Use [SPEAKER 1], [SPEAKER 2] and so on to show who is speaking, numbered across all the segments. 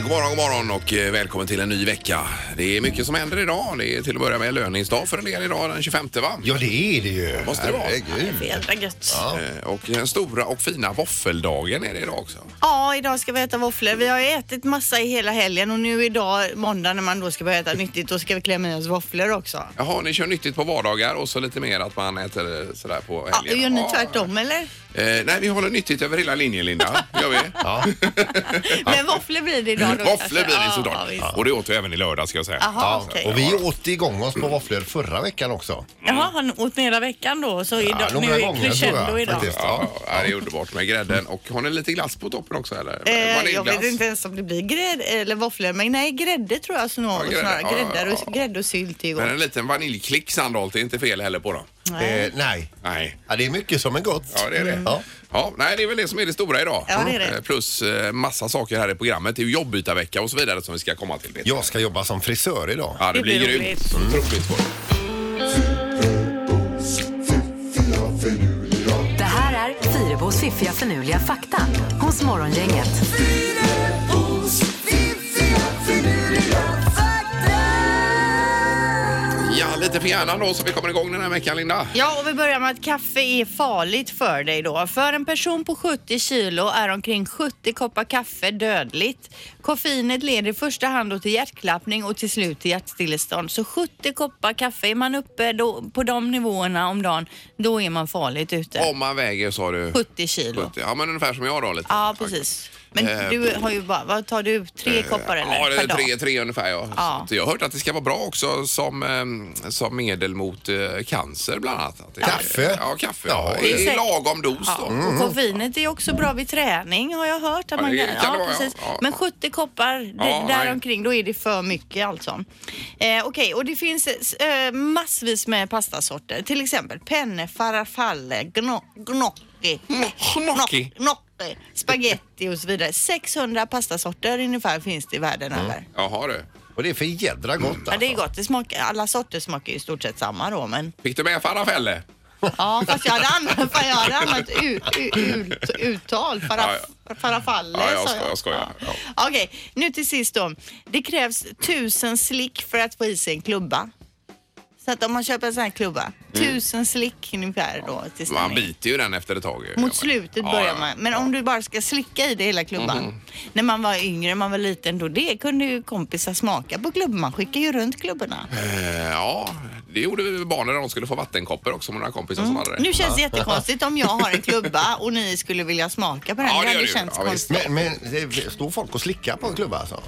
[SPEAKER 1] God morgon, god morgon och eh, välkommen till en ny vecka. Det är mycket som händer idag. Det är till att börja med löningsdag för en del idag den 25 va?
[SPEAKER 2] Ja, det är det ju.
[SPEAKER 1] Måste det vara.
[SPEAKER 2] Herregud.
[SPEAKER 3] Jädra gött. Ja.
[SPEAKER 1] Eh, Och den stora och fina våffeldagen är det idag också.
[SPEAKER 3] idag ska vi äta våfflor. Vi har ju ätit massa i hela helgen och nu idag, måndag, när man då ska börja äta nyttigt, då ska vi klämma i oss våfflor också.
[SPEAKER 1] Jaha, ni kör nyttigt på vardagar och så lite mer att man äter eh, sådär på
[SPEAKER 3] Ja,
[SPEAKER 1] helgen.
[SPEAKER 3] gör ni tvärtom eller?
[SPEAKER 1] Eh, nej, vi håller nyttigt över hela linjen, Linda. Gör vi?
[SPEAKER 2] Ja.
[SPEAKER 3] Men våfflor blir det idag då
[SPEAKER 1] Våfflor blir det
[SPEAKER 3] kanske.
[SPEAKER 1] såklart.
[SPEAKER 3] visst.
[SPEAKER 1] Och det åt vi även i lördag ska jag säga.
[SPEAKER 3] Jaha,
[SPEAKER 2] Ja,
[SPEAKER 3] okej.
[SPEAKER 2] och vi åt igång oss på våfflor förra veckan också.
[SPEAKER 3] Jaha, har ni åt hela veckan då? Så idag,
[SPEAKER 2] några
[SPEAKER 3] nu är
[SPEAKER 2] gånger, tror
[SPEAKER 3] crescendo
[SPEAKER 2] jag,
[SPEAKER 3] idag.
[SPEAKER 2] faktiskt.
[SPEAKER 1] Ja, ja, det är underbart med grädden. Och har ni lite glass på toppen också eller?
[SPEAKER 3] Eh, jag
[SPEAKER 1] Vaniljglass?
[SPEAKER 3] vet inte ens om det blir grädde eller våfflor, men nej grädde tror jag snarare.
[SPEAKER 1] grädde,
[SPEAKER 3] snarare.
[SPEAKER 1] ja,
[SPEAKER 3] Gräddar
[SPEAKER 1] ja,
[SPEAKER 3] och,
[SPEAKER 1] ja.
[SPEAKER 3] grädde och sylt
[SPEAKER 1] Men
[SPEAKER 3] igår.
[SPEAKER 1] en liten vaniljklick Sandholt är inte fel heller på dem.
[SPEAKER 2] Eh, nej.
[SPEAKER 1] Nej.
[SPEAKER 2] Ja, det är mycket som är gott.
[SPEAKER 1] Ja, det är det. Ja.
[SPEAKER 2] Ja.
[SPEAKER 1] nej, det är väl det som är det stora idag.
[SPEAKER 3] Mm. Ja, det är det.
[SPEAKER 1] Eh, Plus eh, massa saker här i programmet. Det är ju jobbytarvecka och så vidare som vi ska komma till. Peter.
[SPEAKER 2] Jag ska jobba som frisör idag.
[SPEAKER 1] Ja, det,
[SPEAKER 3] Det
[SPEAKER 1] blir
[SPEAKER 3] blir
[SPEAKER 1] grymt. Mm.
[SPEAKER 3] roligt.
[SPEAKER 1] Otroligt skoj.
[SPEAKER 4] Det här är Fyrabos fiffiga förnuliga fakta hos Morgongänget.
[SPEAKER 1] Ja, lite för hjärnan då så vi kommer igång den här veckan, Linda.
[SPEAKER 3] Ja, och vi börjar med att kaffe är farligt för dig då. För en person på 70 kilo är omkring 70 koppar kaffe dödligt. Koffeinet leder i första hand då till hjärtklappning och till slut till hjärtstillestånd. Så 70 koppar kaffe, är man uppe då, på de nivåerna om dagen, då är man farligt ute.
[SPEAKER 1] Om man väger, sa du?
[SPEAKER 3] 70 kilo.
[SPEAKER 1] 70. Ja, men ungefär som jag då lite.
[SPEAKER 3] Ja, precis. Men du har ju bara, vad tar du, tre koppar eller?
[SPEAKER 1] Eh, Ja, det
[SPEAKER 3] Per
[SPEAKER 1] är
[SPEAKER 3] dag?
[SPEAKER 1] tre, tre ungefär ja.
[SPEAKER 3] Ja.
[SPEAKER 1] Så jag har hört att det ska vara bra också som, eh, som medel mot eh, cancer bland annat. Att det-
[SPEAKER 2] Kaffe.
[SPEAKER 1] Ja, kaffe.
[SPEAKER 2] Ja,
[SPEAKER 1] Ja.
[SPEAKER 2] det
[SPEAKER 3] är
[SPEAKER 1] I
[SPEAKER 3] säkert-
[SPEAKER 1] lagom dos då.
[SPEAKER 3] Och koffeinet är också bra vid träning har jag hört. Att
[SPEAKER 1] Mm. Ja,
[SPEAKER 3] man
[SPEAKER 1] det kan
[SPEAKER 3] kan,
[SPEAKER 1] det
[SPEAKER 3] ja,
[SPEAKER 1] vara, ja.
[SPEAKER 3] precis.
[SPEAKER 1] Ja.
[SPEAKER 3] Men 70 koppar
[SPEAKER 1] Ja,
[SPEAKER 3] ja,
[SPEAKER 1] nej.
[SPEAKER 3] däromkring, då är det för mycket alltså. Eh, Okej, och det finns eh, massvis med pastasorter. Till exempel penne, farfalle, gno- gnocchi,
[SPEAKER 1] gnocchi.
[SPEAKER 3] gno- gnocchi, spaghetti och så vidare. 600 pastasorter ungefär finns det i världen
[SPEAKER 1] Mm.
[SPEAKER 3] över.
[SPEAKER 1] Jaha du.
[SPEAKER 2] Och det är för jädra gott alltså.
[SPEAKER 3] Ja, det är gott. Det smakar, alla sorter smakar ju i stort sett samma då, men
[SPEAKER 1] Fick du med farafelle?
[SPEAKER 3] ja, fast jag hade annat, fan, jag hade annat u, u, ut, uttal. Faraf,
[SPEAKER 1] Ja,
[SPEAKER 3] Farafalle
[SPEAKER 1] Ja, jag
[SPEAKER 3] sa
[SPEAKER 1] skojar, jag skojar.
[SPEAKER 3] Ja. Okej, nu till sist då. Det krävs tusen slick för att få i sig en klubba. Så att om man köper en sån här klubba, tusen slick ungefär då till
[SPEAKER 1] Mm. Man
[SPEAKER 3] ställning.
[SPEAKER 1] biter ju den efter ett tag. ju.
[SPEAKER 3] Mot slutet
[SPEAKER 1] Ja,
[SPEAKER 3] börjar
[SPEAKER 1] ja. Mhm.
[SPEAKER 3] man, men om du bara ska slicka i det hela klubban. När man var yngre, man var liten då, det kunde ju kompisar smaka på klubban. Man skickar ju runt klubborna.
[SPEAKER 1] Eh, Ja, det gjorde vi med barnen när de skulle få vattenkoppor också med några kompisar som hade det.
[SPEAKER 3] Mm. Nu känns det jättekonstigt om jag har en klubba och ni skulle vilja smaka på den.
[SPEAKER 1] Ja, det
[SPEAKER 3] det
[SPEAKER 1] gör
[SPEAKER 3] hade
[SPEAKER 1] det ju.
[SPEAKER 3] känts
[SPEAKER 1] Ja, visst.
[SPEAKER 3] konstigt.
[SPEAKER 2] Men, men det står folk och slickar på en klubba alltså?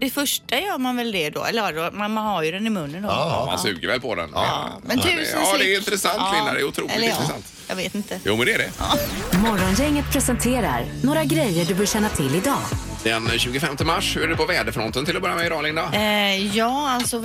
[SPEAKER 3] Det första gör man väl det då? Eller ja, då, man, man har ju den i munnen då.
[SPEAKER 2] Ja.
[SPEAKER 1] Man suger väl på den.
[SPEAKER 3] Ja, Men
[SPEAKER 1] det-
[SPEAKER 3] tusen
[SPEAKER 1] Ja, det är
[SPEAKER 3] slick.
[SPEAKER 1] intressant Linda. Det är otroligt
[SPEAKER 3] Eller ja,
[SPEAKER 1] intressant.
[SPEAKER 3] Jag vet inte.
[SPEAKER 1] Jo, men det är det.
[SPEAKER 4] Morgongänget presenterar några grejer du bör känna till idag.
[SPEAKER 1] Den 25 mars, hur är det på väderfronten till att börja med idag Linda?
[SPEAKER 3] Eh, ja, alltså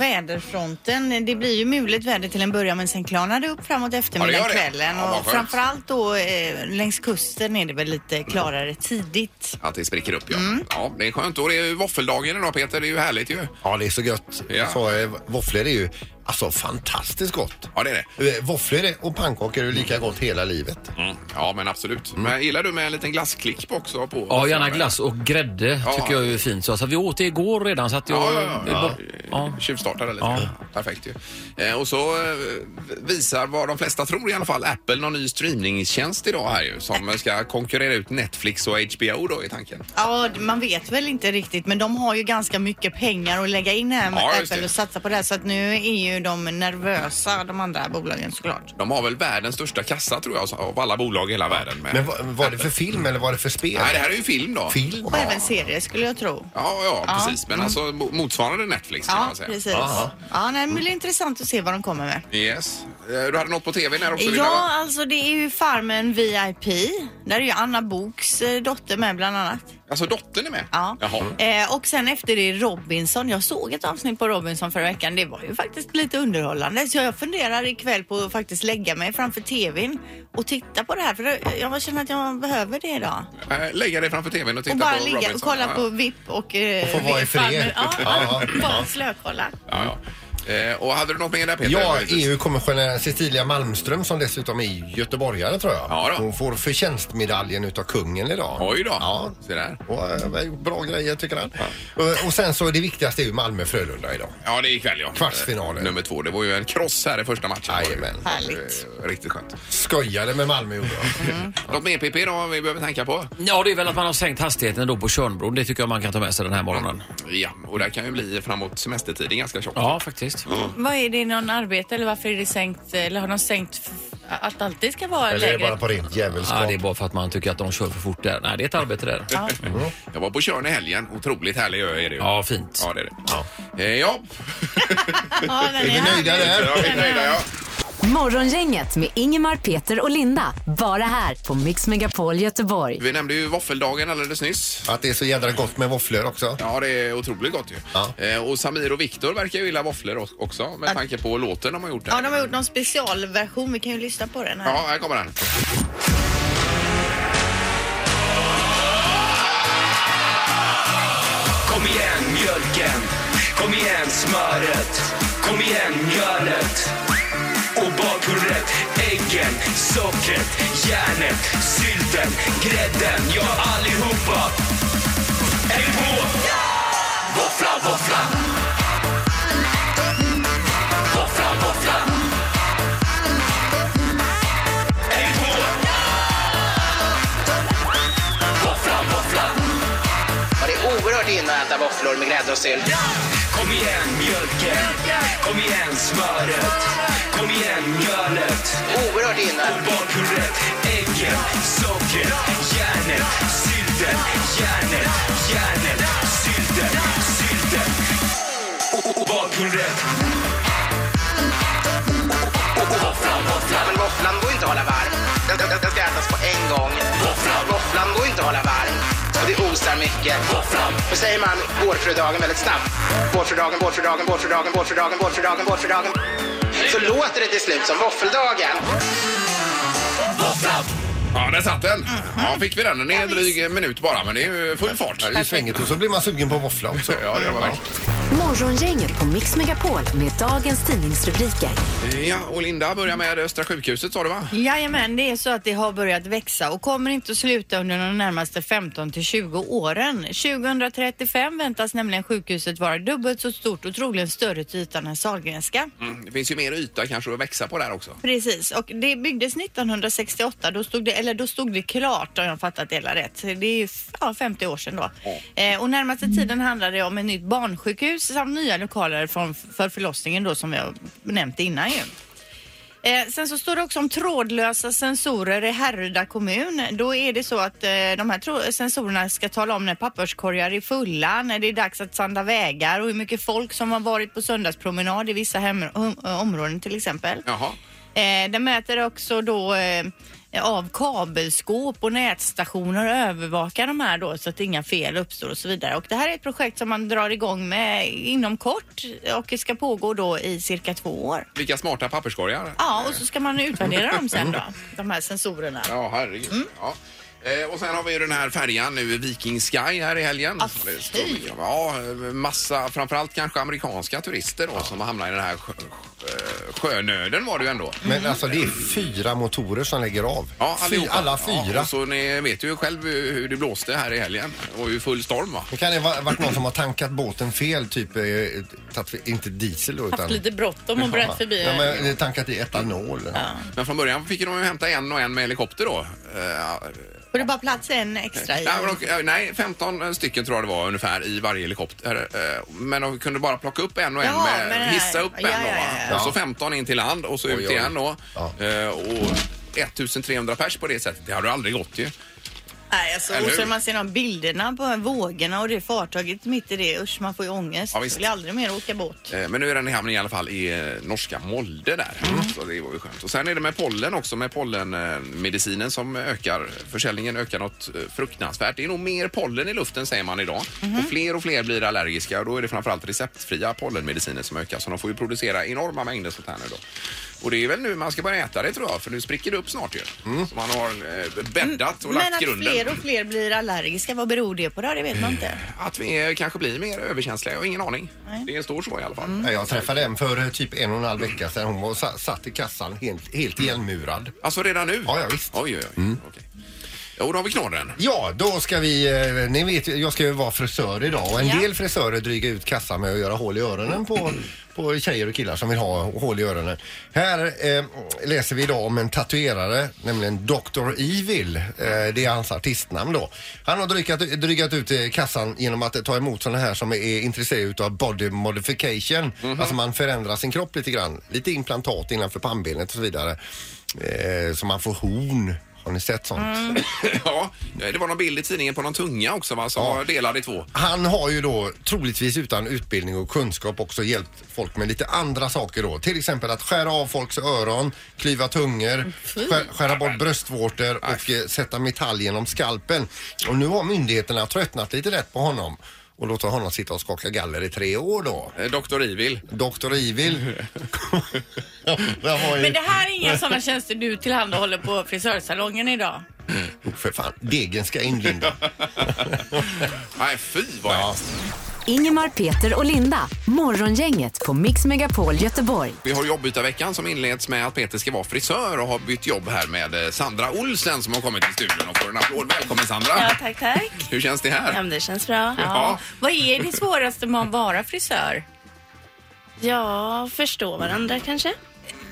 [SPEAKER 3] väderfronten. Det blir ju muligt väder till en början men sen klarnar det upp framåt eftermiddag
[SPEAKER 1] Ja, det gör det.
[SPEAKER 3] kvällen.
[SPEAKER 1] Ja, vad
[SPEAKER 3] och
[SPEAKER 1] skönt.
[SPEAKER 3] framförallt då eh, längs kusten är det väl lite klarare tidigt.
[SPEAKER 1] Att det spricker upp ja.
[SPEAKER 3] Mm.
[SPEAKER 1] Ja, det är skönt. Och det är ju våffeldagen idag Peter, det är ju härligt ju.
[SPEAKER 2] Ja, det är så gött.
[SPEAKER 1] Ja.
[SPEAKER 2] Så, eh, våfflor är ju alltså fantastiskt gott.
[SPEAKER 1] Ja, det är det.
[SPEAKER 2] Eh, Våfflor och pannkakor är ju lika gott hela livet.
[SPEAKER 5] Mm.
[SPEAKER 1] Ja, men absolut. Men gillar du med en liten glassklick på också? På
[SPEAKER 5] Ja, gärna glass och grädde
[SPEAKER 1] Ja.
[SPEAKER 5] tycker jag är fint. Så alltså, vi åt det igår redan så att jag...
[SPEAKER 1] Ja, ja, ja.
[SPEAKER 5] Ja.
[SPEAKER 1] Tjuvstartade lite.
[SPEAKER 5] Ja.
[SPEAKER 1] Perfekt ju. Eh, och så eh, visar vad de flesta tror i alla fall Apple någon ny streamingtjänst idag här ju som ska konkurrera ut Netflix och HBO då i tanken.
[SPEAKER 3] Ja, man vet väl inte riktigt men de har ju ganska mycket pengar att lägga in här med
[SPEAKER 1] Ja, just det.
[SPEAKER 3] Apple och satsa på det här så att nu är ju de nervösa de andra bolagen såklart.
[SPEAKER 1] De har väl världens största kassa tror jag av alla bolag i hela världen. Med.
[SPEAKER 2] Men var, var det för film eller var det för spel?
[SPEAKER 1] Nej, det här är ju film då.
[SPEAKER 2] Film?
[SPEAKER 3] Och även serier skulle jag tro.
[SPEAKER 1] Ja, ja, precis. Men alltså mo- motsvarande Netflix kan
[SPEAKER 3] Mm. Ja,
[SPEAKER 1] man säga.
[SPEAKER 3] precis. Ja, nej, men det är intressant att se vad de kommer med.
[SPEAKER 1] Yes. Eh, Du hade något på tv när också Linda,
[SPEAKER 3] Ja,
[SPEAKER 1] va?
[SPEAKER 3] alltså det är ju Farmen VIP. Där är ju Anna Boks eh, dotter med bland annat.
[SPEAKER 1] Alltså dottern är med?
[SPEAKER 3] Ja.
[SPEAKER 1] Jaha.
[SPEAKER 3] Eh, och sen efter det Robinson. Jag såg ett avsnitt på Robinson förra veckan. Det var ju faktiskt lite underhållande. Så jag funderar ikväll på att faktiskt lägga mig framför tvn och titta på det här. För det- jag känner att jag behöver det idag.
[SPEAKER 1] Eh, Lägga dig framför tvn och titta
[SPEAKER 3] Och bara
[SPEAKER 1] på
[SPEAKER 3] ligga och
[SPEAKER 1] Robinson.
[SPEAKER 3] kolla
[SPEAKER 1] Ja,
[SPEAKER 3] på VIP och... Eh,
[SPEAKER 2] Och få vara i fred.
[SPEAKER 3] Farmen. Ja,
[SPEAKER 2] Ja, ja.
[SPEAKER 3] bara slökolla.
[SPEAKER 1] Ja, ja. Eh, och hade du något mer där Peter?
[SPEAKER 2] Mm. Ja, E EU-kommissionären Cecilia Malmström som dessutom är göteborgare tror jag.
[SPEAKER 1] Ja då.
[SPEAKER 2] Hon får förtjänstmedaljen utav kungen idag.
[SPEAKER 1] Oj då.
[SPEAKER 2] Ja.
[SPEAKER 1] Se där.
[SPEAKER 2] Och, eh, vi har gjort bra grejer tycker han. Eh, Och, och sen så det viktigaste är ju Malmö-Frölunda idag.
[SPEAKER 1] Ja, det är ikväll ja.
[SPEAKER 2] Kvartsfinalen.
[SPEAKER 1] Eh, Nummer två. Det var ju en kross här i första matchen.
[SPEAKER 2] Jajamän.
[SPEAKER 3] Härligt.
[SPEAKER 1] Eh, Riktigt skönt.
[SPEAKER 2] Skojade med Malmö gjorde jag.
[SPEAKER 1] Något mer PP då vi behöver tänka på?
[SPEAKER 5] Ja, det är väl att man har sänkt hastigheten då på Tjörnbron. Det tycker jag man kan ta med sig den här morgonen.
[SPEAKER 1] Ja, och det här kan ju bli framåt semestertiden ganska tjockt.
[SPEAKER 5] Ja, faktiskt.
[SPEAKER 3] Vad är det någon arbete eller varför är det sänkt? Eller har de sänkt f- att det alltid ska vara
[SPEAKER 2] Eller är det
[SPEAKER 3] lägre?
[SPEAKER 2] bara på rent djävulskap?
[SPEAKER 5] Ja, det är bara för att man tycker att de kör för fort där. Nej, det är ett arbete där.
[SPEAKER 1] Jag var på Tjörn i helgen. Otroligt härlig ö är det ju.
[SPEAKER 5] Ja, fint.
[SPEAKER 1] Ja, det är det. Ja. Eh, ja.
[SPEAKER 3] Ja, den
[SPEAKER 2] Är vi
[SPEAKER 3] här.
[SPEAKER 2] nöjda där?
[SPEAKER 1] ja, vi är nöjda, ja.
[SPEAKER 4] Morgongänget med Ingemar, Peter och Linda. Bara här på Mix Megapol Göteborg.
[SPEAKER 1] Vi nämnde ju våffeldagen alldeles nyss.
[SPEAKER 2] Att det är så jädra gott med våfflor också.
[SPEAKER 1] Ja, det är otroligt gott ju.
[SPEAKER 2] Ja.
[SPEAKER 1] Eh, och Samir och Viktor verkar ju gilla våfflor o- också med tanke på låten de har gjort. Där.
[SPEAKER 3] Ja, de har gjort någon specialversion. Vi kan ju lyssna på den här.
[SPEAKER 1] Ja, här kommer den.
[SPEAKER 6] Kom igen mjölken, kom igen smöret, kom igen mjölet och bakpulvret, äggen, sockret, järnet, sylten, grädden, ja allihopa. Är ni på? Våffla, våffla. Våffla, våffla. Är ni på? Våffla, våffla.
[SPEAKER 7] Och det är oerhört inne att äta våfflor med grädde och sylt.
[SPEAKER 6] Kom igen mjölken, kom igen smöret, kom igen mjölet
[SPEAKER 7] Oerhört inne.
[SPEAKER 6] och bakpulvret, äggen, sockret, järnet, sylten, järnet, järnet, sylten, sylten och- och bakpulvret.
[SPEAKER 7] Men våfflan går inte att hålla varm. Den, den, den ska ätas på en gång. Våfflan går inte att hålla varm. Och det osar mycket. Då säger man vårfrudagen väldigt snabbt. Vårfrudagen, vårfrudagen, vårfrudagen, vårfrudagen, vårfrudagen, vårfrudagen. Så låter det till slut som våffeldagen.
[SPEAKER 1] Ja, där
[SPEAKER 2] Mhm.
[SPEAKER 1] satt den. Ja, fick vi den. Den är en dryg minut bara, men det är ju full fart.
[SPEAKER 2] Ja, det är svänget och så blir man sugen på våffla också.
[SPEAKER 1] Ja, det var verkligen.
[SPEAKER 4] Morgongänget på Mix Megapol med dagens tidningsrubriker.
[SPEAKER 2] Mm.
[SPEAKER 1] Ja, och Linda börjar med Östra sjukhuset sa du va?
[SPEAKER 3] Jajamän, det är så att det har börjat växa och kommer inte att sluta under de närmaste 15 till 20 åren. 2035 väntas nämligen sjukhuset vara dubbelt så stort och troligen större till ytan än Sahlgrenska.
[SPEAKER 2] Mm.
[SPEAKER 1] Det finns ju mer yta kanske att växa på där också.
[SPEAKER 3] Precis, och det byggdes 1968. Då stod det, eller då stod det klart om jag fattat det hela rätt. Det är ju ja, 50 år sedan då. Eh, och närmaste tiden handlar det om ett nytt barnsjukhus samt nya lokaler från, för förlossningen då som jag nämnt innan ju. Eh, sen så står det också om trådlösa sensorer i Härryda kommun. Då är det så att eh, de här trå- sensorerna ska tala om när papperskorgar är fulla, när det är dags att sanda vägar och hur mycket folk som har varit på söndagspromenad i vissa hem- om- områden till exempel.
[SPEAKER 1] Jaha.
[SPEAKER 3] Eh, den mäter också då eh, av kabelskåp och nätstationer och övervakar de här då så att inga fel uppstår och så vidare. Och det här är ett projekt som man drar igång med inom kort och ska pågå då i cirka två år.
[SPEAKER 1] Vilka smarta papperskorgar.
[SPEAKER 3] Ja, och så ska man utvärdera dem sen då, de här sensorerna.
[SPEAKER 1] Ja, herregud.
[SPEAKER 2] Mm.
[SPEAKER 1] Ja. Eh, och sen har vi ju den här färjan nu, Viking Sky, här i helgen.
[SPEAKER 3] Ah,
[SPEAKER 1] Det står
[SPEAKER 3] fy.
[SPEAKER 1] mycket- ja, eh, massa, framförallt kanske amerikanska turister då, som hamnar i den här sjö, eh, sjönöden var det ju ändå.
[SPEAKER 2] Men alltså det är fyra motorer som lägger av.
[SPEAKER 1] Ja,
[SPEAKER 2] Fy-
[SPEAKER 1] allihopa.
[SPEAKER 2] alla
[SPEAKER 1] Ja,
[SPEAKER 2] fyra.
[SPEAKER 1] och så ni vet ju själv hur det blåste här i helgen. Det var ju full storm va?
[SPEAKER 2] Det kan det ha varit någon som har tankat båten fel, typ eh, tagit, inte diesel då, utan...
[SPEAKER 3] Haft lite bråttom och bröt förbi.
[SPEAKER 2] Ja, men, eh, tankat i etanol.
[SPEAKER 1] Men från början fick de ju hämta en och en med helikopter då. Eh,
[SPEAKER 3] Och det bara plats en extra i.
[SPEAKER 1] Nej, men de, nej, 15 stycken tror jag det var ungefär i varje helikopter. Eh, Men de kunde bara plocka upp en och en,
[SPEAKER 3] Ja,
[SPEAKER 1] med,
[SPEAKER 3] men det här-
[SPEAKER 1] hissa upp
[SPEAKER 3] ja,
[SPEAKER 1] en då,
[SPEAKER 3] ja,
[SPEAKER 1] va?
[SPEAKER 3] ja.
[SPEAKER 1] och så 15 in till land och så ut
[SPEAKER 2] Oj, oj.
[SPEAKER 1] igen då.
[SPEAKER 2] Ja.
[SPEAKER 1] Eh, Och 1300 pers på det sättet, det hade aldrig gått ju.
[SPEAKER 3] Nej, alltså,
[SPEAKER 1] Eller
[SPEAKER 3] och
[SPEAKER 1] hur?
[SPEAKER 3] så man ser de bilderna på vågorna och det fartyget mitt i det. Usch, man får ju ångest.
[SPEAKER 1] Ja,
[SPEAKER 3] Jag
[SPEAKER 1] visst.
[SPEAKER 3] vill aldrig mer åka båt.
[SPEAKER 1] Eh, Men nu är den i hamn i alla fall i eh, norska Molde där.
[SPEAKER 3] Mm.
[SPEAKER 1] Så det var ju skönt. Och sen är det med pollen också, med pollenmedicinen som ökar. Försäljningen ökar något eh, fruktansvärt. Det är nog mer pollen i luften säger man idag.
[SPEAKER 3] Mhm.
[SPEAKER 1] Och fler och fler blir allergiska och då är det framförallt receptfria pollenmediciner som ökar. Så de får ju producera enorma mängder sånt här nu då. Och det är väl nu man ska börja äta det tror jag, för nu spricker det upp snart ju. Så man har eh, bäddat och
[SPEAKER 3] Mm. Men
[SPEAKER 1] lagt
[SPEAKER 3] att
[SPEAKER 1] grunden.
[SPEAKER 3] fler och fler blir allergiska, vad beror det på då? Det vet man inte.
[SPEAKER 1] Att vi eh, kanske blir mer överkänsliga, jag har ingen aning. Det är en stor så i alla
[SPEAKER 3] Mm.
[SPEAKER 1] fall.
[SPEAKER 2] Ja, Jag träffade en för eh, typ en och en halv vecka sedan. Hon var, sa- satt i kassan helt, helt igenmurad.
[SPEAKER 1] Alltså redan nu?
[SPEAKER 2] Ja, ja, visst. Mm.
[SPEAKER 1] Oj, oj, oj. Okej. Jo, då har vi knorren.
[SPEAKER 2] Ja, då ska vi, eh, ni vet ju, jag ska ju vara frisör idag och en
[SPEAKER 3] Ja.
[SPEAKER 2] del frisörer dryger ut kassan med att göra hål i öronen på, på tjejer och killar som vill ha hål i öronen. Här eh, läser vi idag om en tatuerare, nämligen Dr. Evil. Eh, det är hans artistnamn då. Han har drygat, drygat ut eh, kassan genom att ta emot sådana här som är intresserade av body modification. Alltså man förändrar sin kropp lite grann. Lite implantat innanför pannbenet och så vidare. Eh, så man får horn. Har ni sett sånt?
[SPEAKER 1] ja, eh, det var någon bild i tidningen på någon tunga också va, som var delad i två.
[SPEAKER 2] Han har ju då troligtvis utan utbildning och kunskap också hjälpt folk med lite andra saker då. Till exempel att skära av folks öron, klyva
[SPEAKER 3] Mm,
[SPEAKER 2] tungor, skär, skära bort bröstvårtor och eh, sätta metall genom skalpen. Och nu har myndigheterna tröttnat lite rätt på honom och låter honom sitta och skaka galler i tre år då.
[SPEAKER 1] Eh, Dr. Evil.
[SPEAKER 2] Dr. Evil. Ja, det var ju-
[SPEAKER 3] Men det här är inga sådana tjänster du tillhandahåller på frisörsalongen idag?
[SPEAKER 2] Jo, Oh, för fan, degen ska in Linda.
[SPEAKER 1] Nej, fy vad
[SPEAKER 2] Ja.
[SPEAKER 1] hemskt.
[SPEAKER 4] Ingemar, Peter och Linda. Morgongänget på Mix Megapol Göteborg.
[SPEAKER 1] Vi har jobbytarveckan som inleds med att Peter ska vara frisör och har bytt jobb här med eh, Sandra Olsen som har kommit till studion och får en applåd. Välkommen Sandra!
[SPEAKER 3] Ja, tack, tack.
[SPEAKER 1] Hur känns det
[SPEAKER 8] Ja,
[SPEAKER 1] här?
[SPEAKER 8] men det känns bra.
[SPEAKER 1] Ja.
[SPEAKER 3] Ja. Vad är det svåraste med att vara frisör?
[SPEAKER 8] Ja, förstå varandra kanske.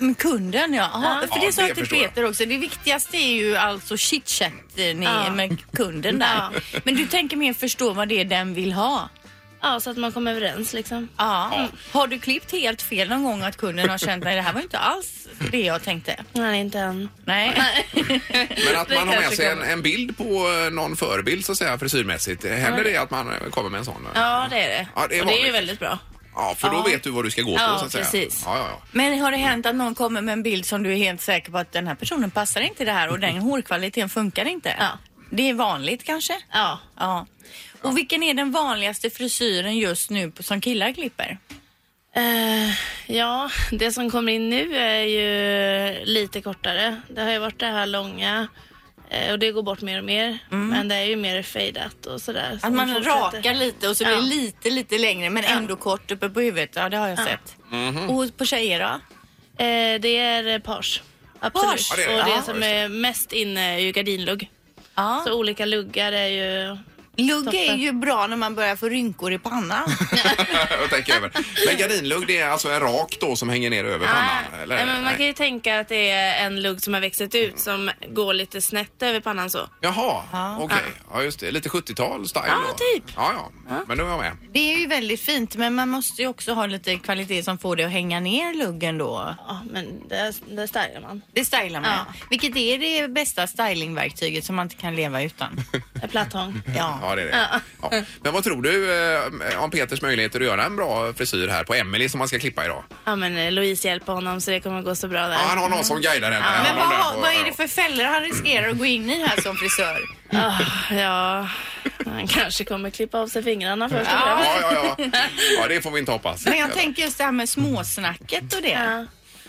[SPEAKER 3] Mm, Kunden ja. Aha,
[SPEAKER 8] Ja.
[SPEAKER 3] För det
[SPEAKER 1] Ja,
[SPEAKER 3] sa
[SPEAKER 1] det
[SPEAKER 3] jag till
[SPEAKER 1] förstår jag.
[SPEAKER 3] Peter också. Det viktigaste är ju alltså chitchat eh, ni-
[SPEAKER 8] Ja.
[SPEAKER 3] med kunden där. Men du tänker mer förstå vad det är den vill ha.
[SPEAKER 8] Ja, så att man kommer överens liksom.
[SPEAKER 3] Ja. Har du klippt helt fel någon gång att kunden har känt att det här var inte alls det jag tänkte?
[SPEAKER 8] Nej, inte än.
[SPEAKER 3] Nej.
[SPEAKER 1] Men att
[SPEAKER 8] Det
[SPEAKER 1] man har med
[SPEAKER 8] kanske
[SPEAKER 1] sig en,
[SPEAKER 8] kommer.
[SPEAKER 1] en bild på eh, någon förebild så att säga frisyrmässigt. Händer det att man eh, kommer med en sån?
[SPEAKER 8] Ja, det är det.
[SPEAKER 1] Ja, det är
[SPEAKER 8] Och det är ju
[SPEAKER 1] vanligt.
[SPEAKER 8] väldigt bra.
[SPEAKER 1] Ja, för då vet du vad du ska gå på
[SPEAKER 8] Ja,
[SPEAKER 1] så att säga.
[SPEAKER 8] precis.
[SPEAKER 1] Ja, ja, ja.
[SPEAKER 3] Men har det hänt att någon kommer med en bild som du är helt säker på att den här personen passar inte det här och den hårkvaliteten funkar inte?
[SPEAKER 8] Ja.
[SPEAKER 3] Det är vanligt kanske?
[SPEAKER 8] Ja.
[SPEAKER 3] Ja. Och vilken är den vanligaste frisyren just nu på- som killar klipper?
[SPEAKER 8] Eh, ja, det som kommer in nu är ju lite kortare. Det har ju varit det här långa eh, och det går bort mer och mer. Men det är ju mer fejdat och sådär.
[SPEAKER 3] Att
[SPEAKER 8] som
[SPEAKER 3] man
[SPEAKER 8] fortsätter.
[SPEAKER 3] rakar lite och så blir det
[SPEAKER 8] Ja.
[SPEAKER 3] lite, lite längre men ändå kort uppe på huvudet. Ja, det har jag sett.
[SPEAKER 1] Mhm.
[SPEAKER 3] Och på tjejer då?
[SPEAKER 8] Eh, det är eh, page. Absolut.
[SPEAKER 3] Page? Ja,
[SPEAKER 1] det är det.
[SPEAKER 8] Och det
[SPEAKER 1] Ja.
[SPEAKER 8] som är mest inne är ju gardinlugg.
[SPEAKER 3] Ja.
[SPEAKER 8] Så olika luggar är ju...
[SPEAKER 3] Lugg är
[SPEAKER 8] Toppen.
[SPEAKER 3] ju bra när man börjar få rynkor i pannan.
[SPEAKER 1] Jag tänker över. Men gardinlugg det är alltså en rak då som hänger ner över pannan?
[SPEAKER 8] Nej,
[SPEAKER 1] Eller?
[SPEAKER 8] Nej, men man
[SPEAKER 1] Nej.
[SPEAKER 8] kan ju tänka att det är en lugg som har växt ut som går lite snett över pannan så.
[SPEAKER 1] Jaha, okej. Ja, just det. Lite 70-tal style
[SPEAKER 8] Ja,
[SPEAKER 1] då.
[SPEAKER 8] typ.
[SPEAKER 1] Ja, ja. Men nu är jag med.
[SPEAKER 3] det är ju väldigt fint men man måste ju också ha lite kvalitet som får det att hänga ner luggen då.
[SPEAKER 8] Ja, men det, det stylar man.
[SPEAKER 3] Det stylar man.
[SPEAKER 8] Ja.
[SPEAKER 3] Vilket är det bästa stylingverktyget som man inte kan leva utan.
[SPEAKER 8] En Platång.
[SPEAKER 1] Ja, det är det. Ja. Men vad tror du eh, om Peters möjligheter att göra en bra frisyr här på Emily som man ska klippa idag?
[SPEAKER 8] Ja, men eh, Louise hjälper honom så det kommer gå så bra där.
[SPEAKER 1] Ja, han har någon som guidar henne. Han
[SPEAKER 3] Men
[SPEAKER 1] har
[SPEAKER 3] vad,
[SPEAKER 1] den
[SPEAKER 3] har-
[SPEAKER 1] på-
[SPEAKER 3] vad är det för fällor han riskerar att gå in i här som frisör?
[SPEAKER 8] Ah, ja, han kanske kommer klippa av sig fingrarna först och
[SPEAKER 1] Ja,
[SPEAKER 8] främst.
[SPEAKER 1] ja, ja. ja, det får vi inte hoppas.
[SPEAKER 3] Men jag tänker just det här med småsnacket och det.
[SPEAKER 8] Ja.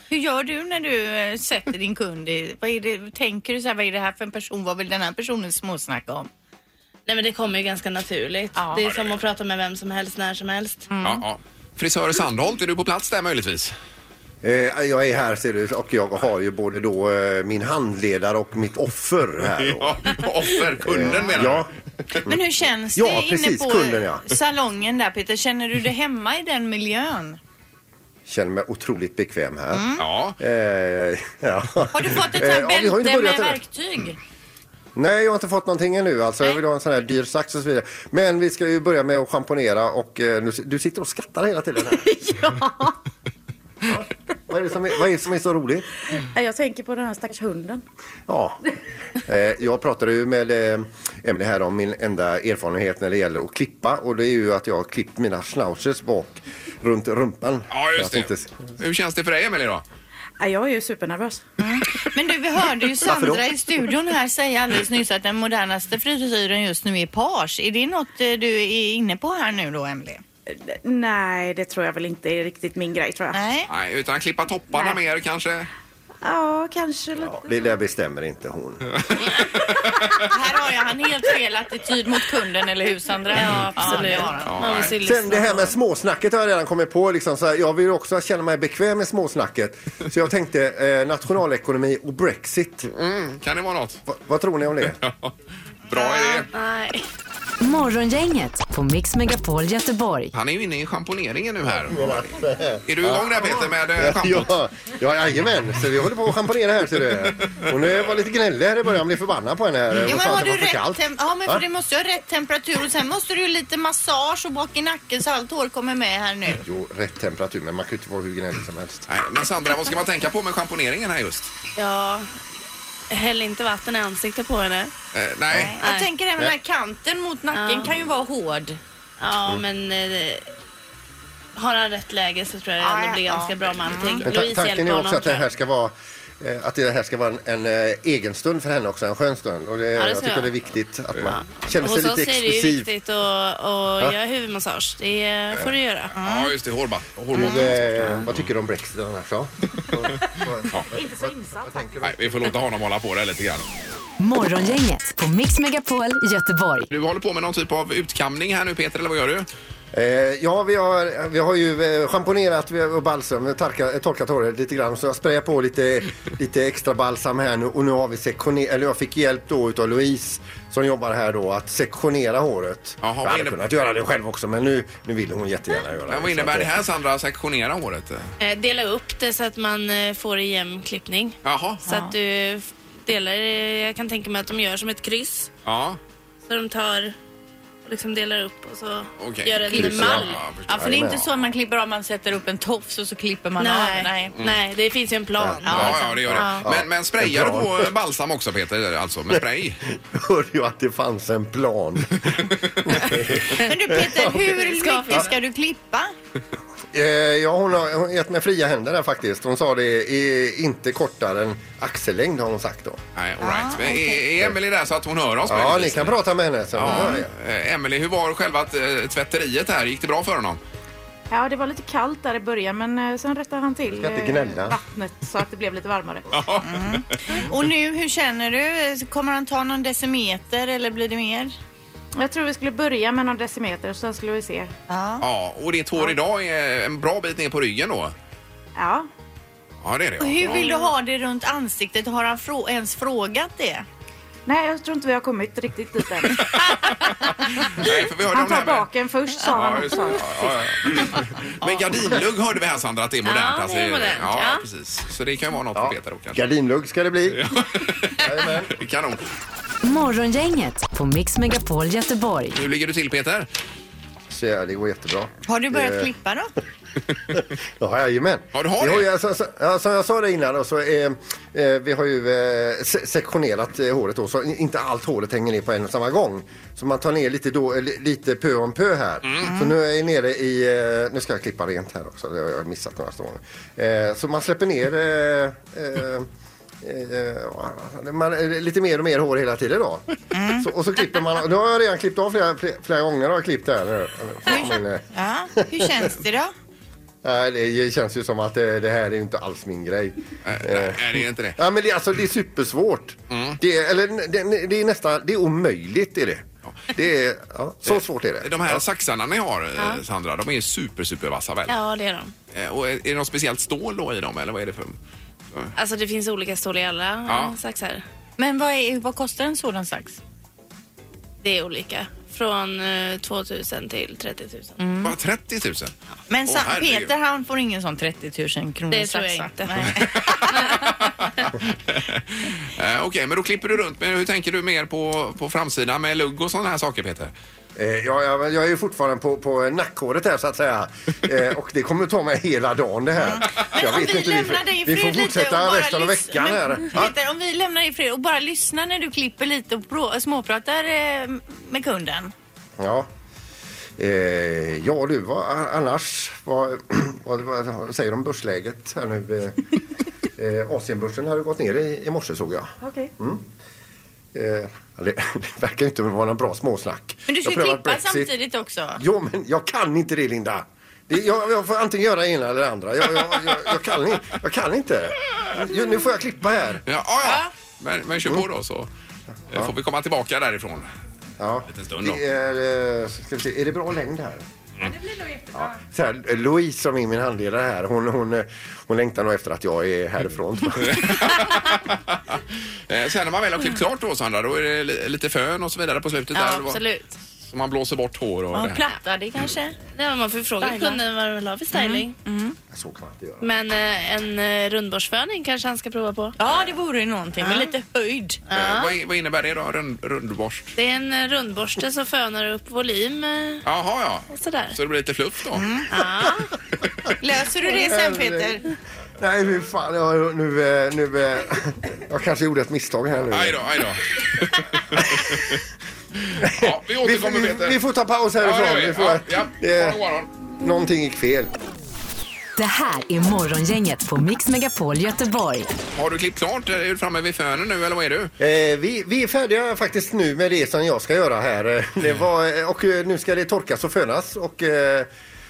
[SPEAKER 3] Hur gör du när du eh, sätter din kund i... Vad är det, tänker du så här, vad är det här för en person? Vad vill den här personen småsnacka om?
[SPEAKER 8] Nej, men det kommer ju ganska naturligt.
[SPEAKER 3] Ja. Mm.
[SPEAKER 8] det är som att prata med vem som helst när som helst.
[SPEAKER 1] Ja, ja. Frisör Sandholt, är du på plats där möjligtvis?
[SPEAKER 2] Eh, jag är här ser du och jag har ju både då eh, min handledare och mitt offer här. Då.
[SPEAKER 1] Ja, offer, kunden menar
[SPEAKER 2] Ja,
[SPEAKER 3] Men hur känns
[SPEAKER 2] Ja,
[SPEAKER 3] det inne
[SPEAKER 2] precis,
[SPEAKER 3] på
[SPEAKER 2] kunden, ja.
[SPEAKER 3] salongen där Peter? Känner du dig hemma i den miljön?
[SPEAKER 2] känner mig otroligt bekväm här.
[SPEAKER 1] du? Ja.
[SPEAKER 2] Eh, ja.
[SPEAKER 3] Har du fått ett
[SPEAKER 2] Eh,
[SPEAKER 3] här
[SPEAKER 2] ja, vi har ju inte
[SPEAKER 3] bälte med
[SPEAKER 2] börjat än.
[SPEAKER 3] verktyg?
[SPEAKER 2] Nej, jag har inte fått någonting ännu. Alltså, jag vill ha en sån här dyr sax och så vidare. Men vi ska ju börja med att schamponera och eh, nu, du sitter och skrattar hela tiden här. ja. Vad är, det som är, vad är det som är så roligt?
[SPEAKER 9] Jag tänker på den här stackars hunden.
[SPEAKER 2] Ja. Eh, jag pratade ju med eh, Emelie här om min enda erfarenhet när det gäller att klippa och det är ju att jag har klippt mina schnauzers bak runt rumpan.
[SPEAKER 1] ja, just
[SPEAKER 2] För att
[SPEAKER 1] det. Hur känns det för dig Emelie då?
[SPEAKER 9] Nej, Jag är ju supernervös.
[SPEAKER 3] Men du, vi hörde ju
[SPEAKER 2] Varför
[SPEAKER 3] Sandra
[SPEAKER 2] då?
[SPEAKER 3] i studion här säga alldeles nyss att den modernaste frisyren just nu är page. Är det något eh, du är inne på här nu då, Emelie?
[SPEAKER 9] Nej, det tror jag väl inte är riktigt min grej tror jag.
[SPEAKER 3] Nej.
[SPEAKER 1] Nej, utan klippa topparna
[SPEAKER 9] Nej.
[SPEAKER 1] mer kanske.
[SPEAKER 9] Ja, kanske lite.
[SPEAKER 2] Det där bestämmer inte hon.
[SPEAKER 3] Här har jag han helt fel attityd mot kunden, eller hur Sandra? Ja,
[SPEAKER 8] absolut.
[SPEAKER 3] det har han.
[SPEAKER 1] Ja,
[SPEAKER 8] Man
[SPEAKER 1] nej.
[SPEAKER 8] måste ju
[SPEAKER 2] Sen det
[SPEAKER 8] lyssna.
[SPEAKER 2] här med småsnacket har jag redan kommit på. Liksom, så här, jag vill också känna mig bekväm med småsnacket. Så jag tänkte eh, nationalekonomi och Brexit.
[SPEAKER 1] Mm, kan det vara något?
[SPEAKER 2] Va, vad tror ni om det?
[SPEAKER 1] Bra idé.
[SPEAKER 8] Nej.
[SPEAKER 4] Morgongänget på Mix Megapol Göteborg.
[SPEAKER 1] Han är ju inne i schamponeringen nu här. Är du igång där Peter med eh, schampot?
[SPEAKER 2] Ja, ja, jajamän, så vi håller på att schamponera här ser du. Hon eh, var lite gnällig här i början, blev förbannad på henne. Här. Hon
[SPEAKER 3] Ja, men
[SPEAKER 2] sa att
[SPEAKER 3] har
[SPEAKER 2] det
[SPEAKER 3] du
[SPEAKER 2] var för
[SPEAKER 3] rätt
[SPEAKER 2] kallt.
[SPEAKER 3] tem- ja, men
[SPEAKER 2] Va?
[SPEAKER 3] för det måste ju ha rätt temperatur och sen måste du ju lite massage och bak i nacken så allt hår kommer med här nu.
[SPEAKER 2] Jo, rätt temperatur, men man kan ju inte vara hur gnällig som helst.
[SPEAKER 1] Nej, men Sandra, vad ska man tänka på med schamponeringen här just?
[SPEAKER 8] Ja. Häll inte vatten i ansiktet på henne.
[SPEAKER 1] Eh, nej.
[SPEAKER 3] Jag
[SPEAKER 8] Nej.
[SPEAKER 3] tänker även den här kanten mot nacken
[SPEAKER 8] Ja.
[SPEAKER 3] kan ju vara hård.
[SPEAKER 8] Ja,
[SPEAKER 2] Mm.
[SPEAKER 8] men... Eh, har han rätt läge så tror jag
[SPEAKER 3] Ja,
[SPEAKER 8] det ändå blir
[SPEAKER 3] ja.
[SPEAKER 8] ganska bra med
[SPEAKER 9] Mm.
[SPEAKER 8] allting.
[SPEAKER 2] Men ta-
[SPEAKER 8] Louise
[SPEAKER 2] tanken
[SPEAKER 8] hjälper
[SPEAKER 2] är
[SPEAKER 8] honom.
[SPEAKER 2] också att det
[SPEAKER 8] tror
[SPEAKER 2] här
[SPEAKER 8] jag.
[SPEAKER 2] ska vara eh, att det här ska vara en, en eh, egen stund för henne också, en skön stund. Och det,
[SPEAKER 8] det
[SPEAKER 2] jag
[SPEAKER 8] ska
[SPEAKER 2] tycker
[SPEAKER 8] jag.
[SPEAKER 2] det är viktigt att man känner sig
[SPEAKER 8] Hos oss
[SPEAKER 2] lite
[SPEAKER 8] är det ju
[SPEAKER 2] exklusiv.
[SPEAKER 8] viktigt att att göra huvudmassage. Det eh, får du göra.
[SPEAKER 1] Ja, just det. Hårba.
[SPEAKER 2] Du,
[SPEAKER 1] Hårba.
[SPEAKER 2] eh, vad tycker du om Brexit annars då?
[SPEAKER 9] Inte så insatt.
[SPEAKER 1] Nej, vi får låta honom hålla på där lite grann.
[SPEAKER 4] Morgongänget på Mix Megapol Göteborg.
[SPEAKER 1] Du håller på med någon typ av utkamning här nu Peter, eller vad gör du?
[SPEAKER 2] Eh, ja, vi har, vi har ju eh, schamponerat vi har- och balsam, eh, tarka, eh, torkat håret lite grann. Så jag sprayar på lite, lite extra balsam här nu. Och nu har vi sektionerat, eller jag fick hjälp då utav Louise som jobbar här då att sektionera håret.
[SPEAKER 1] Jaha,
[SPEAKER 2] jag
[SPEAKER 1] vad
[SPEAKER 2] hade
[SPEAKER 1] innebär-
[SPEAKER 2] kunnat göra det själv också men nu, nu vill hon jättegärna göra det.
[SPEAKER 1] Men vad
[SPEAKER 2] Så
[SPEAKER 1] innebär
[SPEAKER 2] att,
[SPEAKER 1] det
[SPEAKER 2] eh,
[SPEAKER 1] här Sandra, sektionera håret?
[SPEAKER 8] Eh, Dela upp det så att man eh, får en jämn klippning.
[SPEAKER 1] Jaha.
[SPEAKER 8] Så att du f- delar, eh, jag kan tänka mig att de gör som ett kryss.
[SPEAKER 1] Ja,
[SPEAKER 8] Så de tar och liksom delar upp och så
[SPEAKER 1] okej.
[SPEAKER 8] gör en
[SPEAKER 2] Kryss,
[SPEAKER 8] mall.
[SPEAKER 1] Ja, jag förstår.
[SPEAKER 3] Ja, för det är inte så att man klipper av, man sätter upp en tofs och så klipper man
[SPEAKER 8] Nej,
[SPEAKER 3] av.
[SPEAKER 8] nej. det finns ju en plan.
[SPEAKER 1] Mm. Ja, ja, det gör det. Men, men sprayar du
[SPEAKER 2] En plan.
[SPEAKER 1] på eh, balsam också Peter, alltså med spray?
[SPEAKER 2] Jag hörde ju att det fanns en plan.
[SPEAKER 3] Men du Peter, hur
[SPEAKER 8] Ska vi-
[SPEAKER 3] mycket ska du klippa?
[SPEAKER 2] Eh, ja, hon har, hon har gett mig fria händer där faktiskt. Hon sa det är inte kortare än axellängd har hon sagt då.
[SPEAKER 1] Nej, all right. Men är, är Emelie där så att hon hör oss?
[SPEAKER 2] Ja, ni
[SPEAKER 1] möjligtvis?
[SPEAKER 2] kan prata med henne sen.
[SPEAKER 1] Ja,
[SPEAKER 2] Ja.
[SPEAKER 1] eh, Emelie, hur var själva eh, tvätteriet här? Gick det bra för honom?
[SPEAKER 9] Ja, det var lite kallt där i början men eh, sen rättade han till
[SPEAKER 2] Ska inte
[SPEAKER 9] eh,
[SPEAKER 2] gnälla.
[SPEAKER 9] vattnet så att det blev lite varmare.
[SPEAKER 3] Och nu, hur känner du? Kommer han ta någon decimeter eller blir det mer?
[SPEAKER 9] Jag tror vi skulle börja med någon decimeter och sen skulle vi se.
[SPEAKER 1] Ja, och ditt hår idag är en bra bit ner på ryggen då?
[SPEAKER 9] Ja,
[SPEAKER 1] Ja, det är det.
[SPEAKER 3] Och
[SPEAKER 1] ja.
[SPEAKER 3] hur vill du ha det runt ansiktet? Har han frå- ens frågat det?
[SPEAKER 9] nej jag tror inte vi har kommit riktigt dit än.
[SPEAKER 1] Nej, för vi hörde
[SPEAKER 9] Han
[SPEAKER 1] om det här
[SPEAKER 9] tar
[SPEAKER 1] med-
[SPEAKER 9] baken först sa
[SPEAKER 1] Ja,
[SPEAKER 9] han
[SPEAKER 1] just det.
[SPEAKER 9] också.
[SPEAKER 1] ja, ja, ja. Men gardinlugg hörde vi här Sandra att det är modernt.
[SPEAKER 8] det är
[SPEAKER 1] alltså.
[SPEAKER 8] modernt,
[SPEAKER 1] Ja,
[SPEAKER 8] ja.
[SPEAKER 1] precis. Så det kan ju vara något för Peter då kanske.
[SPEAKER 2] Gardinlugg ska det bli. Jajamän.
[SPEAKER 1] Kanon.
[SPEAKER 4] Morgongänget på Mix Megapol Göteborg.
[SPEAKER 1] Hur ligger du till Peter?
[SPEAKER 2] Så ja, det går jättebra.
[SPEAKER 3] Har du börjat
[SPEAKER 2] Eh,
[SPEAKER 3] klippa då?
[SPEAKER 2] Ja, jajamän.
[SPEAKER 1] Ja, du har
[SPEAKER 2] Vi
[SPEAKER 1] det.
[SPEAKER 2] ju, alltså, så, ja, som jag sa det innan, då, så, eh, eh, vi har ju eh, se- sektionerat eh, håret då, så i- inte allt håret hänger ner på en och samma gång. Så man tar ner lite, då, eh, li- lite pö om pö här.
[SPEAKER 1] Mm.
[SPEAKER 2] Så nu är jag nere i, eh, nu ska jag klippa rent här också, det har jag missat några stånd. Eh, så man släpper ner eh, eh, eh, man, eh, lite mer och mer hår hela tiden då.
[SPEAKER 1] Mm.
[SPEAKER 2] Så, och så klipper man, nu har jag redan klippt av flera, flera, flera gånger har jag klippt det här. Men, eh,
[SPEAKER 3] Ja. Hur känns det då?
[SPEAKER 2] Nej, det känns ju som att det, det här är ju inte alls min grej. Eh,
[SPEAKER 1] Nej, det är inte det. Mm.
[SPEAKER 2] Ja, men det, alltså, det är supersvårt. Det, är- eller, det, det är nästan det är omöjligt. Är det. Det är, ja,
[SPEAKER 1] Eh,
[SPEAKER 2] så svårt är det.
[SPEAKER 1] De här saxarna ni har, eh, Sandra, de är ju super, super vassa väl?
[SPEAKER 8] Ja, det är de.
[SPEAKER 1] Eh, Och är är det något speciellt stål då i dem eller vad är det för?
[SPEAKER 8] Alltså det finns olika storlek i alla
[SPEAKER 1] Ja.
[SPEAKER 8] ja. saxar.
[SPEAKER 3] Men vad, är, vad kostar en sådan sax?
[SPEAKER 8] Det är olika. Från eh, 2000 till 30 000.
[SPEAKER 9] Mm.
[SPEAKER 1] Bara 30 000?
[SPEAKER 3] Men
[SPEAKER 1] Åh,
[SPEAKER 3] sa-
[SPEAKER 1] herregud.
[SPEAKER 3] Peter han får ingen sån 30 000 kronor
[SPEAKER 8] Det tror jag
[SPEAKER 3] saxa.
[SPEAKER 8] inte.
[SPEAKER 3] Nej.
[SPEAKER 1] Eh, Okej, men då klipper du runt. Men hur tänker du mer på, på framsidan med lugg och sådana här saker Peter?
[SPEAKER 2] Eh, ja, jag, jag är ju fortfarande på, på nackhåret här så att säga. Eh, och det kommer att ta mig hela dagen det här.
[SPEAKER 3] Men
[SPEAKER 2] Jag
[SPEAKER 3] om
[SPEAKER 2] vet
[SPEAKER 3] vi
[SPEAKER 2] inte,
[SPEAKER 3] lämnar dig i
[SPEAKER 2] vi
[SPEAKER 3] fred
[SPEAKER 2] får
[SPEAKER 3] lite och
[SPEAKER 2] fortsätta
[SPEAKER 3] bara
[SPEAKER 2] resten av
[SPEAKER 3] lys-
[SPEAKER 2] veckan
[SPEAKER 3] Men
[SPEAKER 2] här. Ja,
[SPEAKER 3] Peter, om vi lämnar dig i fred och bara lyssnar när du klipper lite och prå- småpratar eh, med kunden.
[SPEAKER 2] Ja. Eh, ja du, vad, annars, vad, vad, vad säger du om börsläget här nu? Eh, Eh, Asienbörsen hade gått ner i, i morse såg jag.
[SPEAKER 9] Okej.
[SPEAKER 2] Eh, eller, det verkar inte vara någon bra småsnack.
[SPEAKER 3] Men du ska
[SPEAKER 2] Jag prövar
[SPEAKER 3] klippa
[SPEAKER 2] Brexit.
[SPEAKER 3] samtidigt också.
[SPEAKER 2] Jo, men jag kan inte det Linda. Det, jag, jag får antingen göra det ena eller det andra. Jag, jag, jag, jag, kan, i- jag kan inte. Jo, nu får jag klippa här.
[SPEAKER 1] Ja, ja, ja. Men, men kör på då så eh, får vi komma tillbaka därifrån.
[SPEAKER 2] Ja.
[SPEAKER 1] Liten stund då. Mm.
[SPEAKER 2] Det är, eh, ska vi se, är det bra längd här? Så här, eh, Louise som är min handledare här, hon, hon, eh, hon längtar nog efter att jag är härifrån. tror
[SPEAKER 1] Mm.
[SPEAKER 2] jag.
[SPEAKER 1] Eh, Sen när man väl har klippt klart då Sandra, då är det li- lite fön och så vidare på slutet
[SPEAKER 8] Ja,
[SPEAKER 1] där. va-
[SPEAKER 8] absolut.
[SPEAKER 1] Så man blåser bort hår och
[SPEAKER 3] Ja,
[SPEAKER 1] det här.
[SPEAKER 3] plattar det kanske. Mm.
[SPEAKER 8] Nej, men man får ju fråga
[SPEAKER 3] Styla.
[SPEAKER 8] kunden vad de vill ha för styling.
[SPEAKER 2] Så kan man inte göra.
[SPEAKER 8] Men eh, en eh, rundbordsföning kanske han ska prova på.
[SPEAKER 3] Ja, det vore ju någonting med lite höjd.
[SPEAKER 1] Eh, Vad, i- vad innebär det då? Rund, rundborst?
[SPEAKER 8] Det är en eh, rundborste som fönar upp volym eh,
[SPEAKER 1] Jaha, ja.
[SPEAKER 8] och sådär.
[SPEAKER 1] Så det blir lite fluff då?
[SPEAKER 8] Ja.
[SPEAKER 3] Löser du det sen Peter?
[SPEAKER 2] Nej, hur fan, jag, nu, eh, nu, eh, jag kanske gjorde ett misstag här nu.
[SPEAKER 1] Aj då, aj då. ja, vi
[SPEAKER 2] Vi,
[SPEAKER 1] återkommer
[SPEAKER 2] vi,
[SPEAKER 1] Peter.
[SPEAKER 2] vi får ta paus
[SPEAKER 1] Ja, det gör
[SPEAKER 2] härifrån.
[SPEAKER 1] vi.
[SPEAKER 2] Vi får,
[SPEAKER 1] Ja, ja.
[SPEAKER 2] det-
[SPEAKER 1] God morgon.
[SPEAKER 2] någonting gick fel.
[SPEAKER 4] Det här är Morgongänget på Mix Megapol Göteborg.
[SPEAKER 1] Har du klippt klart? Är du framme vid fönen nu eller vad är du?
[SPEAKER 2] Eh, vi, vi är färdiga faktiskt nu med det som jag ska göra här. Eh,
[SPEAKER 1] Mm.
[SPEAKER 2] Det var, eh, och eh, nu ska det torkas och fönas och eh,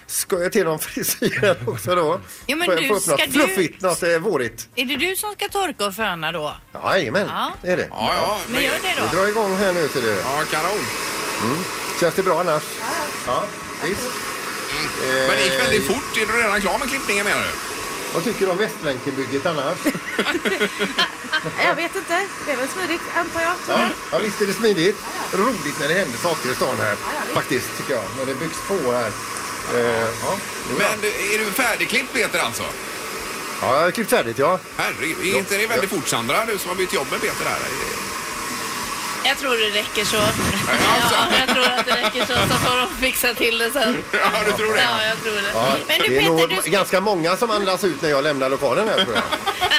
[SPEAKER 2] ska jag till någon frisyr också då.
[SPEAKER 3] Ja, men
[SPEAKER 2] Får jag
[SPEAKER 3] du,
[SPEAKER 2] få upp något
[SPEAKER 3] ska du-
[SPEAKER 2] fluffigt, något eh, vårigt.
[SPEAKER 3] Är det du som ska torka och föna då?
[SPEAKER 2] Ja, Jajamän,
[SPEAKER 3] Ja.
[SPEAKER 2] det är det.
[SPEAKER 1] Ja, ja.
[SPEAKER 3] Men gör det
[SPEAKER 2] Vi
[SPEAKER 3] då.
[SPEAKER 2] drar igång här nu ser du.
[SPEAKER 1] Ja, kanon.
[SPEAKER 2] Känns det bra annars? Ja, visst.
[SPEAKER 1] Mm. Men
[SPEAKER 2] Eh.
[SPEAKER 1] det gick väldigt fort. Är du redan klar med klippningen menar du?
[SPEAKER 2] Vad tycker du om Västlänken-bygget annars?
[SPEAKER 9] Jag vet inte. Det är väl smidigt, antar jag.
[SPEAKER 2] Ja, ja, visst är det smidigt. Roligt när det händer saker i stan här. Faktiskt, tycker jag. När det byggs på här. Eh, ja.
[SPEAKER 1] Men du, är du färdigklippt Peter alltså?
[SPEAKER 2] ja, jag har klippt färdigt ja.
[SPEAKER 1] Herregud, är inte det väldigt fort Sandra? Du som har bytt jobb med Peter här.
[SPEAKER 8] Jag tror det räcker så.
[SPEAKER 1] alltså.
[SPEAKER 8] Ja, jag tror att det räcker så, så får de fixa till det sen.
[SPEAKER 1] Ja, du tror det?
[SPEAKER 8] Ja, jag tror det.
[SPEAKER 2] Ja,
[SPEAKER 3] Men du,
[SPEAKER 2] det är
[SPEAKER 3] Peter,
[SPEAKER 2] nog
[SPEAKER 3] du ska-
[SPEAKER 2] ganska många som andas ut när jag lämnar lokalen här tror jag.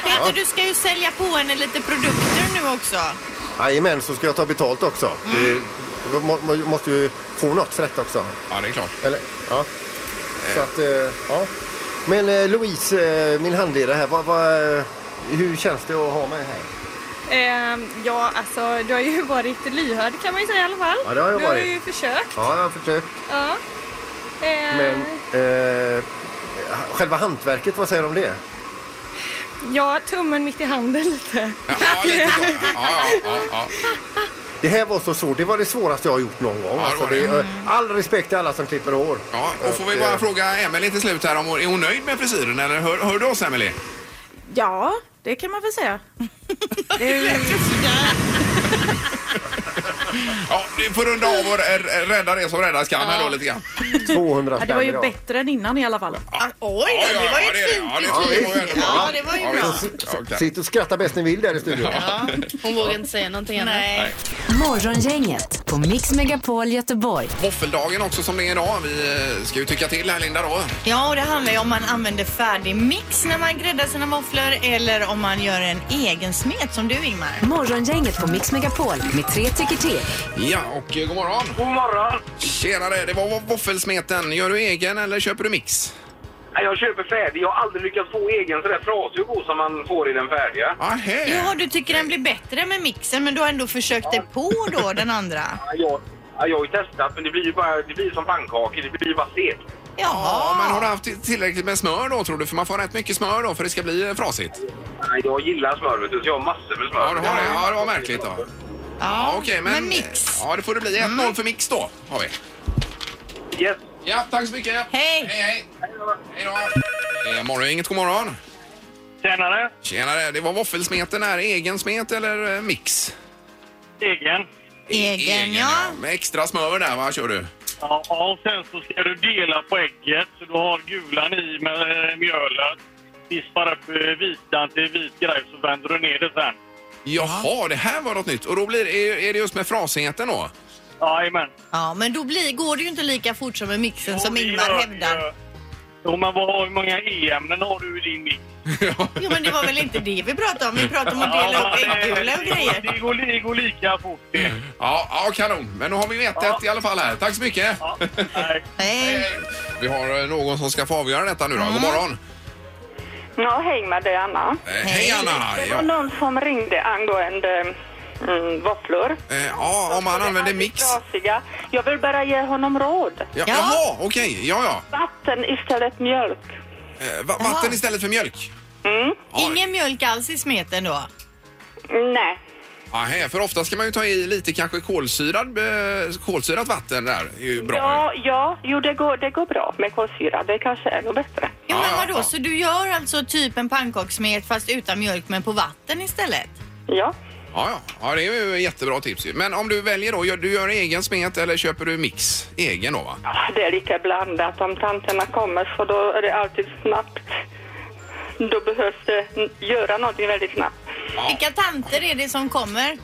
[SPEAKER 3] Peter, du ska ju sälja på henne lite produkter nu också.
[SPEAKER 2] Jajamän, så ska jag ta betalt också.
[SPEAKER 3] Mm.
[SPEAKER 2] Det, då må, må, måste ju få något för detta också.
[SPEAKER 1] Ja, det är klart.
[SPEAKER 2] Eller, ja. Så att, eh, ja. Men eh, Louise, eh, min handledare här, vad, vad, eh, hur känns det att ha mig här?
[SPEAKER 9] Ehm, ja, alltså du har ju varit lyhörd kan man ju säga i alla fall.
[SPEAKER 2] Ja, det har jag
[SPEAKER 9] du har
[SPEAKER 2] varit.
[SPEAKER 9] ju försökt.
[SPEAKER 2] Ja, jag har försökt.
[SPEAKER 9] Ja. Ehm,
[SPEAKER 2] Men eh, själva hantverket, vad säger du om det?
[SPEAKER 9] Ja, tummen mitt i handen lite.
[SPEAKER 1] Ja, lite så. Ja, ja, ja, ja.
[SPEAKER 2] Det här var så svårt. Det var det svåraste jag har gjort någon gång.
[SPEAKER 1] det
[SPEAKER 2] alltså,
[SPEAKER 1] var det.
[SPEAKER 2] det, eh, all respekt till alla som klipper hår.
[SPEAKER 1] ja och får vi
[SPEAKER 2] Att,
[SPEAKER 1] bara
[SPEAKER 2] eh,
[SPEAKER 1] fråga Emelie till slut här om hon är hon nöjd med frisyren eller hör, hör du oss Emelie?
[SPEAKER 9] Ja, det kan man väl säga. Det är,
[SPEAKER 1] Ja, du får runda av och r- rädda det som räddas kan här då lite grann.
[SPEAKER 2] 200
[SPEAKER 9] ja,
[SPEAKER 2] spänn
[SPEAKER 9] det var ju
[SPEAKER 2] idag.
[SPEAKER 9] bättre än innan i alla fall.
[SPEAKER 3] Ah, Oj, då, det var ju
[SPEAKER 1] ja,
[SPEAKER 3] ett fint
[SPEAKER 1] ja, det,
[SPEAKER 3] betyg.
[SPEAKER 1] var ju-
[SPEAKER 3] Ja, det var ju bra.
[SPEAKER 1] visst. Ja, okej.
[SPEAKER 2] Sitt och skratta bäst ni vill där i studion.
[SPEAKER 8] Hon vågar inte säga någonting annat.
[SPEAKER 3] Nej.
[SPEAKER 4] Morgongänget på Mix Megapol Göteborg.
[SPEAKER 1] Våffeldagen också som det är idag. Vi eh, ska ju tycka till här Linda då.
[SPEAKER 3] Ja, och det handlar ju om man använder färdig mix när man gräddar sina våfflor eller om man gör en egen smet som du Ingmar.
[SPEAKER 4] Morgongänget på Mix Megapol med tre tycker till.
[SPEAKER 1] Ja, och eh, god morgon.
[SPEAKER 6] God morgon!
[SPEAKER 1] Tjenare, det var vå- våffelsmeten. Gör du egen eller köper du mix?
[SPEAKER 6] Nej, Jag köper färdig. Jag har aldrig lyckats få egen sådär frasig och god som man får i den färdiga.
[SPEAKER 1] Ahä.
[SPEAKER 3] Ja, du tycker den blir bättre med mixen men du har ändå försökt dig på då den andra.
[SPEAKER 6] Ja, Jag, ja, jag har ju testat, men det blir ju bara, det blir som pannkakor. Det blir ju bara segt.
[SPEAKER 1] Ja, men
[SPEAKER 3] Ja,
[SPEAKER 1] har du haft tillräckligt med smör då tror du? För man får rätt mycket smör då för det ska bli eh, frasigt.
[SPEAKER 6] Nej, Jag gillar smör, vet du, så jag har massor med smör.
[SPEAKER 1] Ja, du har det. Ja, det var märkligt då.
[SPEAKER 3] ja,
[SPEAKER 1] Ja, okej, men... E-
[SPEAKER 3] men mix. Mm.
[SPEAKER 1] Ja, det får det bli. 1-0 för mix då, har vi.
[SPEAKER 6] Yes.
[SPEAKER 1] Ja, tack så mycket.
[SPEAKER 3] Hej.
[SPEAKER 1] Hej, hej. Hej då. Eh, morgon, inget god morgon.
[SPEAKER 6] Tjänare,
[SPEAKER 1] Tjenare, det var våffelsmeten här. Egen smet eller eh, mix?
[SPEAKER 6] egen.
[SPEAKER 3] Egen ja.
[SPEAKER 1] Med extra smör där, va, kör du?
[SPEAKER 6] Ja, och sen så ska du dela på ägget. Så du har gulan i med eh, mjölet. Vispar upp eh, vitan till vit grej så vänder du ner det sen.
[SPEAKER 1] Jaha, det här var något nytt. Och då blir, är, är det just med frasigheten då?
[SPEAKER 6] Jajamän.
[SPEAKER 3] Ja, men då blir, går det ju inte lika fort som med mixen som
[SPEAKER 6] Jo, det
[SPEAKER 3] Ingmar
[SPEAKER 6] gör
[SPEAKER 3] hävdar.
[SPEAKER 6] det. Jo, men vad, har- hur många e-ämnen har du i din mix?
[SPEAKER 3] Jo, men det var väl inte det vi pratade om. Vi pratade om att dela upp
[SPEAKER 6] men det-
[SPEAKER 3] äggula och grejer.
[SPEAKER 6] Det går, det går lika fort det.
[SPEAKER 2] Mm.
[SPEAKER 1] Ja, ja kanon. Men nu har vi ju 1-1 i alla fall här. Tack så mycket.
[SPEAKER 6] Ja, nej.
[SPEAKER 3] Nej.
[SPEAKER 1] Vi har eh, någon som ska få avgöra detta nu då. God morgon.
[SPEAKER 10] Ja, hej med det är Anna.
[SPEAKER 1] Eh, hej Anna!
[SPEAKER 10] Det var
[SPEAKER 1] Ja.
[SPEAKER 10] någon som ringde angående
[SPEAKER 8] Mm, våfflor.
[SPEAKER 1] Eh, ja, om man använder mix.
[SPEAKER 8] Trasiga. Jag vill bara ge honom råd.
[SPEAKER 1] Ja, jaha, okej. Ja, ja.
[SPEAKER 8] Vatten istället mjölk.
[SPEAKER 1] Eh, va- vatten istället för mjölk.
[SPEAKER 8] Mm.
[SPEAKER 3] Ingen mjölk alls i smeten då?
[SPEAKER 8] Nej.
[SPEAKER 1] Aha, för ofta ska man ju ta i lite kanske kolsyrad, eh, kolsyrat vatten där. Det är ju bra.
[SPEAKER 8] Ja, ja, jo det går, det går bra med kolsyra. Det kanske är nog bättre.
[SPEAKER 3] Ja, men vadå? Så du gör alltså typ en pannkakssmet fast utan mjölk men på vatten istället?
[SPEAKER 8] Ja.
[SPEAKER 1] Ja, ja. ja, det är ju jättebra tips ju. Men om du väljer då, gör, du gör egen smet eller köper du mix? Egen då va?
[SPEAKER 8] Ah, Det är lite blandat. Om tanterna kommer så då är det alltid snabbt. Då behövs det n- göra någonting väldigt snabbt.
[SPEAKER 3] Vilka tanter är det som kommer?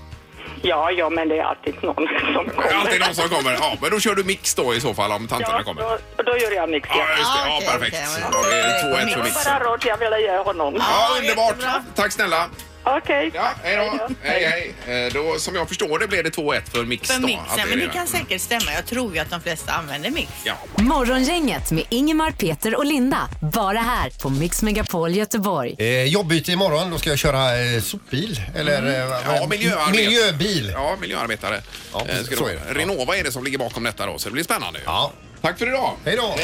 [SPEAKER 8] Ja, ja, men det är alltid någon som
[SPEAKER 1] Det
[SPEAKER 8] kommer.
[SPEAKER 1] är alltid någon som kommer. Ja, men då kör du mix då i så fall om tanterna
[SPEAKER 8] Ja,
[SPEAKER 1] kommer.
[SPEAKER 8] Då, då gör jag mix.
[SPEAKER 1] Ja, just det.
[SPEAKER 8] Ah,
[SPEAKER 1] Ja,
[SPEAKER 8] okej,
[SPEAKER 1] perfekt.
[SPEAKER 8] okej,
[SPEAKER 1] Då är det 2-1 för
[SPEAKER 8] Det var
[SPEAKER 1] mix.
[SPEAKER 8] bara råd jag ville ge honom.
[SPEAKER 1] Ja, underbart. Tack snälla.
[SPEAKER 8] Okej.
[SPEAKER 1] Ja, hej då. Hej, hej. Eh, Då, som jag förstår det blev det 2-1 för mix
[SPEAKER 3] För
[SPEAKER 1] då.
[SPEAKER 3] mixen,
[SPEAKER 1] Att är
[SPEAKER 3] men det Mm.
[SPEAKER 1] det.
[SPEAKER 3] kan säkert stämma. Jag tror ju att de flesta använder mix.
[SPEAKER 1] Ja.
[SPEAKER 4] Morgongänget med Ingemar, Peter och Linda. Bara här på Mix Megapol Göteborg.
[SPEAKER 11] Eh, jobbyte imorgon, då ska jag köra eh, sopbil. Eller eh, vad-
[SPEAKER 1] Ja, miljöarbete.
[SPEAKER 11] miljöbil.
[SPEAKER 1] Ja, miljöarbetare.
[SPEAKER 11] Ja,
[SPEAKER 1] Eh, ska
[SPEAKER 11] så
[SPEAKER 1] då-
[SPEAKER 11] är det.
[SPEAKER 1] Renova är det som ligger bakom detta då, så det blir spännande. ju.
[SPEAKER 11] Ja.
[SPEAKER 1] Tack för idag.
[SPEAKER 11] Hej då!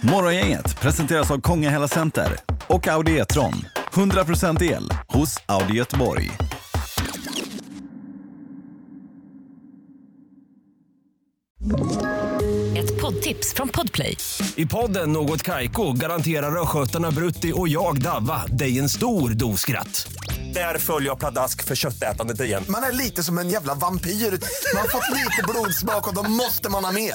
[SPEAKER 12] Morgongänget presenteras av Konga Hela Center och Audi E-tron. 100% el hos Audi Göteborg.
[SPEAKER 13] Ett poddtips från Podplay.
[SPEAKER 6] I podden Något Kaiko garanterar östgötarna Brutti och jag, Davva, dig en stor dos skratt. Där följer jag pladask för köttätandet igen.
[SPEAKER 14] Man är lite som en jävla vampyr. Man har fått lite blodsmak och då måste man ha mer.